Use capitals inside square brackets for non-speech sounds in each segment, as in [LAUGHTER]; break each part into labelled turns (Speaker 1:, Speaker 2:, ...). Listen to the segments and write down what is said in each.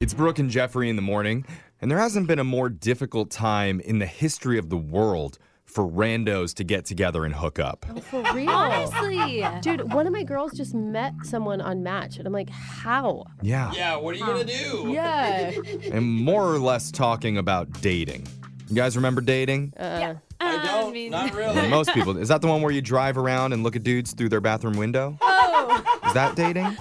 Speaker 1: It's Brooke and Jeffrey in the morning, and there hasn't been a more difficult time in the history of the world for randos to get together and hook up.
Speaker 2: For real.
Speaker 3: Honestly.
Speaker 2: Dude, one of my girls just met someone on Match, and I'm like, how?
Speaker 1: Yeah.
Speaker 4: Yeah, what are you gonna do?
Speaker 2: [LAUGHS] Yeah.
Speaker 1: And more or less talking about dating. You guys remember dating?
Speaker 4: I don't. not
Speaker 1: Well, [LAUGHS]
Speaker 4: really.
Speaker 1: Most people. Is that the one where you drive around and look at dudes through their bathroom window?
Speaker 3: Oh,
Speaker 1: Is that dating?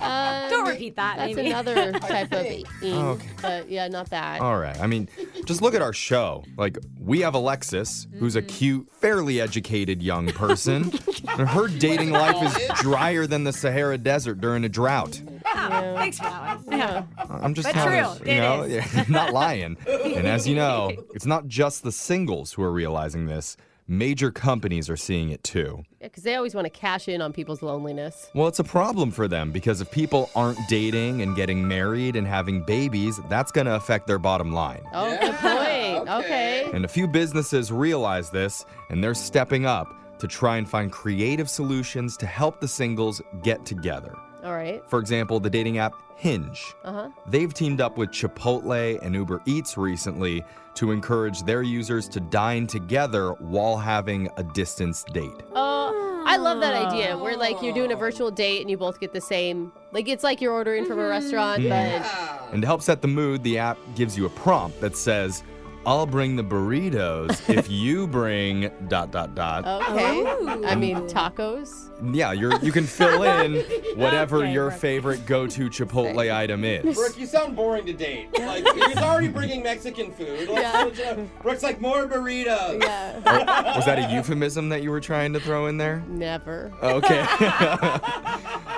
Speaker 3: don't repeat that.
Speaker 2: Um, That's
Speaker 3: maybe.
Speaker 2: another type
Speaker 3: [LAUGHS]
Speaker 2: of ing,
Speaker 1: Okay. Oh.
Speaker 2: but yeah, not that.
Speaker 1: All right. I mean, just look at our show. Like, we have Alexis, who's a cute, fairly educated young person. and her dating life is drier than the Sahara Desert during a drought.
Speaker 3: Yeah, Thanks for that one. Yeah.
Speaker 1: I'm just
Speaker 3: But
Speaker 1: telling
Speaker 3: true,
Speaker 1: you
Speaker 3: it
Speaker 1: know,
Speaker 3: is.
Speaker 1: yeah, not lying. And as you know, it's not just the singles who are realizing this. Major companies are seeing it too.
Speaker 2: Because they always want to cash in on people's loneliness.
Speaker 1: Well, it's a problem for them because if people aren't dating and getting married and having babies, that's going to affect their bottom line.
Speaker 2: Oh,
Speaker 4: Yeah,
Speaker 2: good point.
Speaker 3: [LAUGHS]
Speaker 4: okay.
Speaker 2: Okay.
Speaker 1: And a few businesses realize this and they're stepping up to try and find creative solutions to help the singles get together.
Speaker 2: All right.
Speaker 1: For example, the dating app Hinge.
Speaker 2: Uh
Speaker 4: Uh-huh.
Speaker 2: huh.
Speaker 1: They've teamed up with Chipotle and Uber Eats recently to encourage their users to dine together while having a distance date.
Speaker 2: Oh, I love that idea where like you're doing a virtual date and you both get the same. Like it's like you're ordering from
Speaker 3: Mm-hmm.
Speaker 2: a restaurant,
Speaker 1: [LAUGHS]
Speaker 2: but
Speaker 4: Yeah.
Speaker 1: And to help set the mood, the app gives you a prompt that says, I'll bring the burritos
Speaker 4: [LAUGHS]
Speaker 1: if you bring dot dot dot.
Speaker 4: Oh.
Speaker 2: okay.
Speaker 3: Ooh.
Speaker 2: I mean tacos.
Speaker 1: Yeah, you're you can
Speaker 4: [LAUGHS]
Speaker 1: fill in whatever
Speaker 3: Okay,
Speaker 1: your
Speaker 3: Brooke.
Speaker 1: favorite go-to Chipotle item is.
Speaker 4: [LAUGHS] Brooke, you sound boring to date. Like, he's already bringing Mexican food. Let's
Speaker 2: Yeah.
Speaker 4: switch it up. Brooke's like, more burritos.
Speaker 2: Yeah.
Speaker 1: Oh,
Speaker 4: [LAUGHS]
Speaker 1: Was that a euphemism that you were trying to throw in there?
Speaker 2: Never.
Speaker 1: Okay. [LAUGHS]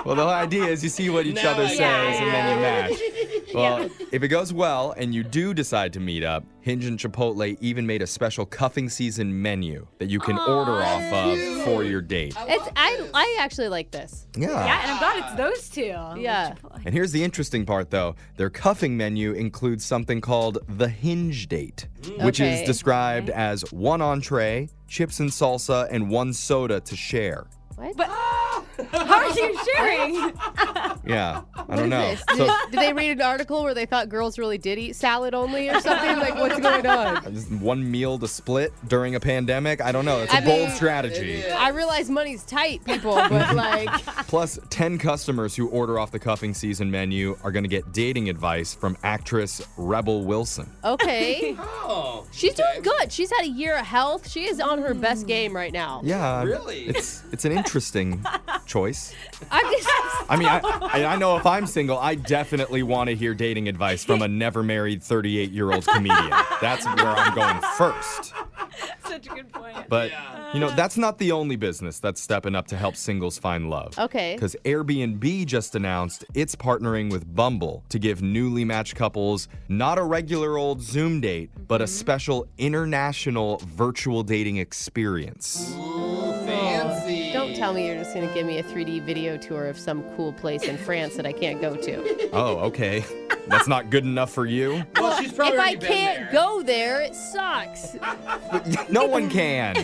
Speaker 1: well, the whole idea is you see what each
Speaker 4: Now
Speaker 1: other
Speaker 4: I
Speaker 1: says
Speaker 3: get it.
Speaker 1: and then you
Speaker 2: [LAUGHS]
Speaker 1: match. Well, if it goes well and you do decide to meet up, Hinge and Chipotle even made a special cuffing season menu that you can order off of
Speaker 4: cute.
Speaker 1: for your date.
Speaker 2: It's I
Speaker 4: Love
Speaker 2: I actually like this.
Speaker 3: Yeah, and I'm glad it's those two.
Speaker 2: Yeah.
Speaker 1: And here's the interesting part, though. Their cuffing menu includes something called the hinge date, which is
Speaker 2: Mm. Okay.
Speaker 1: described as one entree, chips and salsa, and one soda to share.
Speaker 2: What?
Speaker 3: But how are you sharing?
Speaker 1: Yeah, I
Speaker 2: What
Speaker 1: don't
Speaker 2: is
Speaker 1: know.
Speaker 2: this?
Speaker 1: So
Speaker 2: did, did they read an article where they thought girls really did eat salad only or something? like what's
Speaker 4: [LAUGHS]
Speaker 2: going on?
Speaker 1: just one meal to split during a pandemic? I don't know. It's a
Speaker 2: I
Speaker 1: bold
Speaker 2: mean-
Speaker 1: strategy.
Speaker 4: It
Speaker 2: I realize money's tight, people, but like
Speaker 4: [LAUGHS]
Speaker 1: Plus, 10 customers who order off the cuffing season menu are going to get dating advice from actress Rebel Wilson.
Speaker 2: okay.
Speaker 4: Oh.
Speaker 2: She's doing good. She's had a year of health. She is on her best game right now.
Speaker 1: Yeah.
Speaker 4: Really?
Speaker 1: It's it's an interesting choice.
Speaker 2: I'm just
Speaker 1: I mean, I, I, I know if I'm single, I definitely want to hear dating advice from a never married 38 year old comedian. That's where I'm going first.
Speaker 3: Such a good point.
Speaker 1: But,
Speaker 4: Yeah.
Speaker 1: you know, that's not the only business that's stepping up to help singles find love.
Speaker 2: Okay.
Speaker 1: Because Airbnb just announced it's partnering with Bumble to give newly matched couples not a regular old Zoom date, but a special international virtual dating experience.
Speaker 4: Ooh, fancy.
Speaker 2: Don't tell me you're just going to give me a 3D video tour of some cool place in France that I can't go to.
Speaker 1: Oh, okay. That's not good enough for you?
Speaker 4: Well, she's probably
Speaker 2: If I
Speaker 4: already been
Speaker 2: can't
Speaker 4: there.
Speaker 2: go there, it
Speaker 4: [LAUGHS]
Speaker 2: sucks.
Speaker 1: No one can.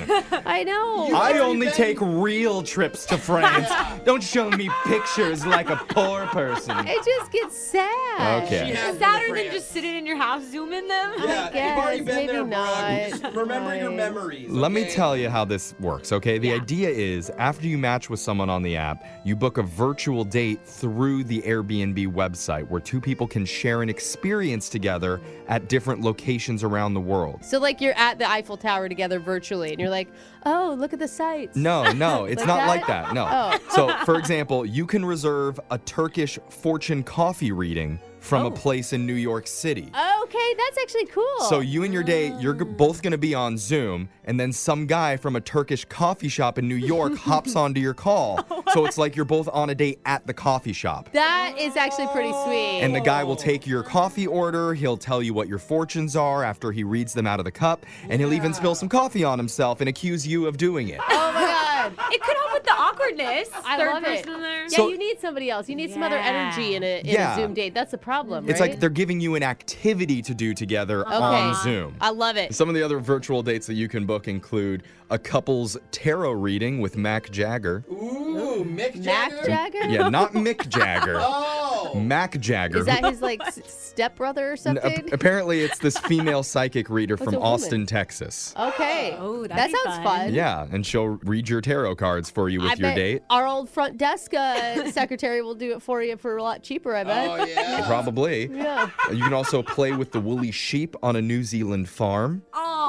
Speaker 2: I know.
Speaker 1: I
Speaker 4: Where have you
Speaker 1: only
Speaker 4: been?
Speaker 1: take real trips to France. Don't show me pictures like a poor person.
Speaker 2: it just gets sad.
Speaker 1: Okay.
Speaker 4: She
Speaker 3: Is
Speaker 4: has been
Speaker 3: that
Speaker 4: to
Speaker 3: or than
Speaker 4: France.
Speaker 3: just sitting in your house zooming them?
Speaker 2: [LAUGHS]
Speaker 4: Yeah, you've already
Speaker 2: guess,
Speaker 4: been
Speaker 2: maybe
Speaker 4: there, Brooke.
Speaker 2: not.
Speaker 4: Just remember your
Speaker 2: Right.
Speaker 4: memories.
Speaker 1: Let me
Speaker 4: okay?
Speaker 1: tell you how this works, okay? The idea is after you match with someone on the app, you book a virtual date through the Airbnb website where two people can share an experience together at different locations around the world.
Speaker 2: So, like, you're at the Eiffel Tower together virtually, and you're like, oh, look at the sights.
Speaker 1: No, no,
Speaker 2: [LAUGHS]
Speaker 1: it's
Speaker 2: Like
Speaker 1: not
Speaker 2: that?
Speaker 1: like that. No.
Speaker 2: Oh. [LAUGHS]
Speaker 1: So, for example, you can reserve a Turkish fortune coffee reading from a
Speaker 2: Oh.
Speaker 1: place in New York City.
Speaker 2: Okay, that's actually cool.
Speaker 1: So you and your date, you're g- both gonna be on Zoom, and then some guy from a Turkish coffee shop in New York
Speaker 2: [LAUGHS]
Speaker 1: hops onto your call.
Speaker 2: Oh
Speaker 1: so it's like you're both on a date at the coffee shop.
Speaker 2: that is actually pretty sweet.
Speaker 1: And the guy
Speaker 2: oh.
Speaker 1: will take your coffee order. He'll tell you what your fortunes are after he reads them out of the cup, and he'll even spill some coffee on himself and accuse you of doing it.
Speaker 2: oh my God.
Speaker 3: [LAUGHS] It could help with the awkwardness.
Speaker 2: I
Speaker 3: Third
Speaker 2: love it.
Speaker 3: person in there.
Speaker 2: Yeah,
Speaker 1: So-
Speaker 2: you need somebody else. You need some other
Speaker 3: Yeah.
Speaker 2: energy in a in
Speaker 1: Yeah.
Speaker 2: a Zoom date. That's the problem.
Speaker 1: It's
Speaker 2: right?
Speaker 1: like they're giving you an activity to do together on
Speaker 2: Okay.
Speaker 1: Zoom.
Speaker 2: I love it.
Speaker 1: Some of the other virtual dates that you can book include a couple's tarot reading with Mac Jagger.
Speaker 4: Ooh, Mick
Speaker 2: Mac
Speaker 4: Jagger?
Speaker 2: Jagger. [LAUGHS]
Speaker 1: Yeah, not Mick Jagger.
Speaker 4: Oh. Wow.
Speaker 1: Mac Jagger. [LAUGHS]
Speaker 2: Is that his like s- stepbrother or
Speaker 1: N- ap-
Speaker 2: something?
Speaker 1: apparently, it's this female psychic
Speaker 2: [LAUGHS]
Speaker 1: reader from
Speaker 2: a woman. Uh,
Speaker 1: Austin, Texas.
Speaker 2: Okay.
Speaker 3: Oh, that'd
Speaker 2: that
Speaker 3: be
Speaker 2: sounds
Speaker 3: fun.
Speaker 2: fun.
Speaker 1: uh, Yeah, and she'll read your tarot cards for you with
Speaker 2: I
Speaker 1: your
Speaker 2: bet
Speaker 1: date.
Speaker 2: Our old front desk uh, [LAUGHS] secretary will do it for you for a lot cheaper, I bet. [LAUGHS]
Speaker 4: Oh yeah.
Speaker 1: Probably.
Speaker 2: Yeah.
Speaker 1: You can also play with the woolly sheep on a New Zealand farm.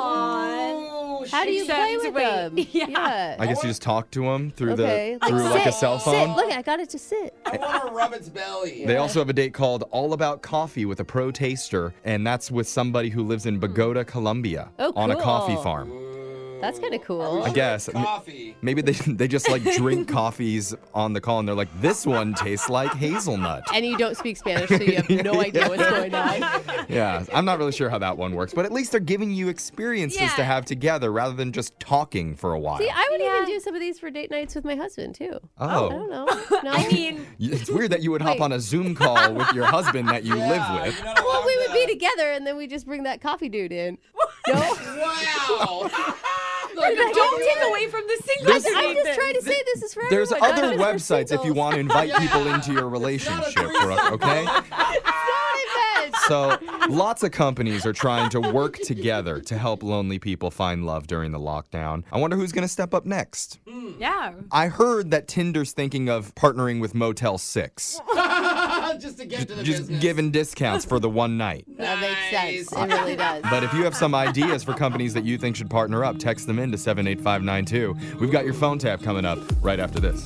Speaker 3: Aww.
Speaker 2: How do you play with
Speaker 3: Except wait,
Speaker 2: them?
Speaker 3: [LAUGHS] yeah.
Speaker 1: I guess you just talk to them through
Speaker 2: okay.
Speaker 1: the through like, a
Speaker 2: sit,
Speaker 1: cell phone.
Speaker 2: Sit. Look, I got it to sit.
Speaker 4: I want to rub its belly.
Speaker 1: They also have a date called All About Coffee with a pro taster, and that's with somebody who lives in Bogota, Colombia,
Speaker 2: Hmm. Oh,
Speaker 1: on a coffee
Speaker 2: cool.
Speaker 1: farm.
Speaker 4: Ooh.
Speaker 2: That's kinda cool.
Speaker 4: Are we
Speaker 1: I
Speaker 4: sure
Speaker 1: guess.
Speaker 4: it's Coffee.
Speaker 1: Maybe they [LAUGHS] they just like
Speaker 2: [LAUGHS]
Speaker 1: drink coffees on the call, and they're like, "This one tastes like hazelnut."
Speaker 2: And you don't speak Spanish, so you have
Speaker 1: [LAUGHS]
Speaker 2: no idea what's going [LAUGHS] on.
Speaker 1: Yeah, I'm not really sure how that one works, but at least they're giving you experiences to
Speaker 3: Yeah.
Speaker 1: have together rather than just talking for a while.
Speaker 2: See, I would
Speaker 3: Yeah.
Speaker 2: even do some of these for date nights with my husband too.
Speaker 1: Oh.
Speaker 2: I don't [LAUGHS] know. No.
Speaker 3: I mean,
Speaker 1: It's weird that you would hop
Speaker 2: Wait.
Speaker 1: on a Zoom call with your husband that you
Speaker 2: [LAUGHS]
Speaker 1: live with.
Speaker 2: well, we would be together, and then we just bring that coffee dude in.
Speaker 4: Wow.
Speaker 3: [LAUGHS] don't take away from the single.
Speaker 1: There's-
Speaker 2: I'm just trying to say this is for
Speaker 1: There's
Speaker 2: everyone. not
Speaker 1: other
Speaker 2: just for
Speaker 1: websites if you
Speaker 2: singles.
Speaker 1: want to invite
Speaker 4: Yeah.
Speaker 1: people into your
Speaker 4: not a
Speaker 1: relationship,
Speaker 4: threesome.
Speaker 1: Brooke, okay?
Speaker 2: I bet.
Speaker 1: So, lots of companies are trying to work together to help lonely people find love during the lockdown. I wonder who's going to step up next.
Speaker 3: Yeah.
Speaker 1: I heard that Tinder's thinking of partnering with Motel 6,
Speaker 4: [LAUGHS] Just to get to the
Speaker 1: just
Speaker 4: business.
Speaker 1: giving discounts for the one night.
Speaker 2: That makes sense.
Speaker 4: Nice.
Speaker 2: It really does.
Speaker 1: But if you have some ideas for companies that you think should partner up, text them in to 78592. We've got your phone tap coming up right after this.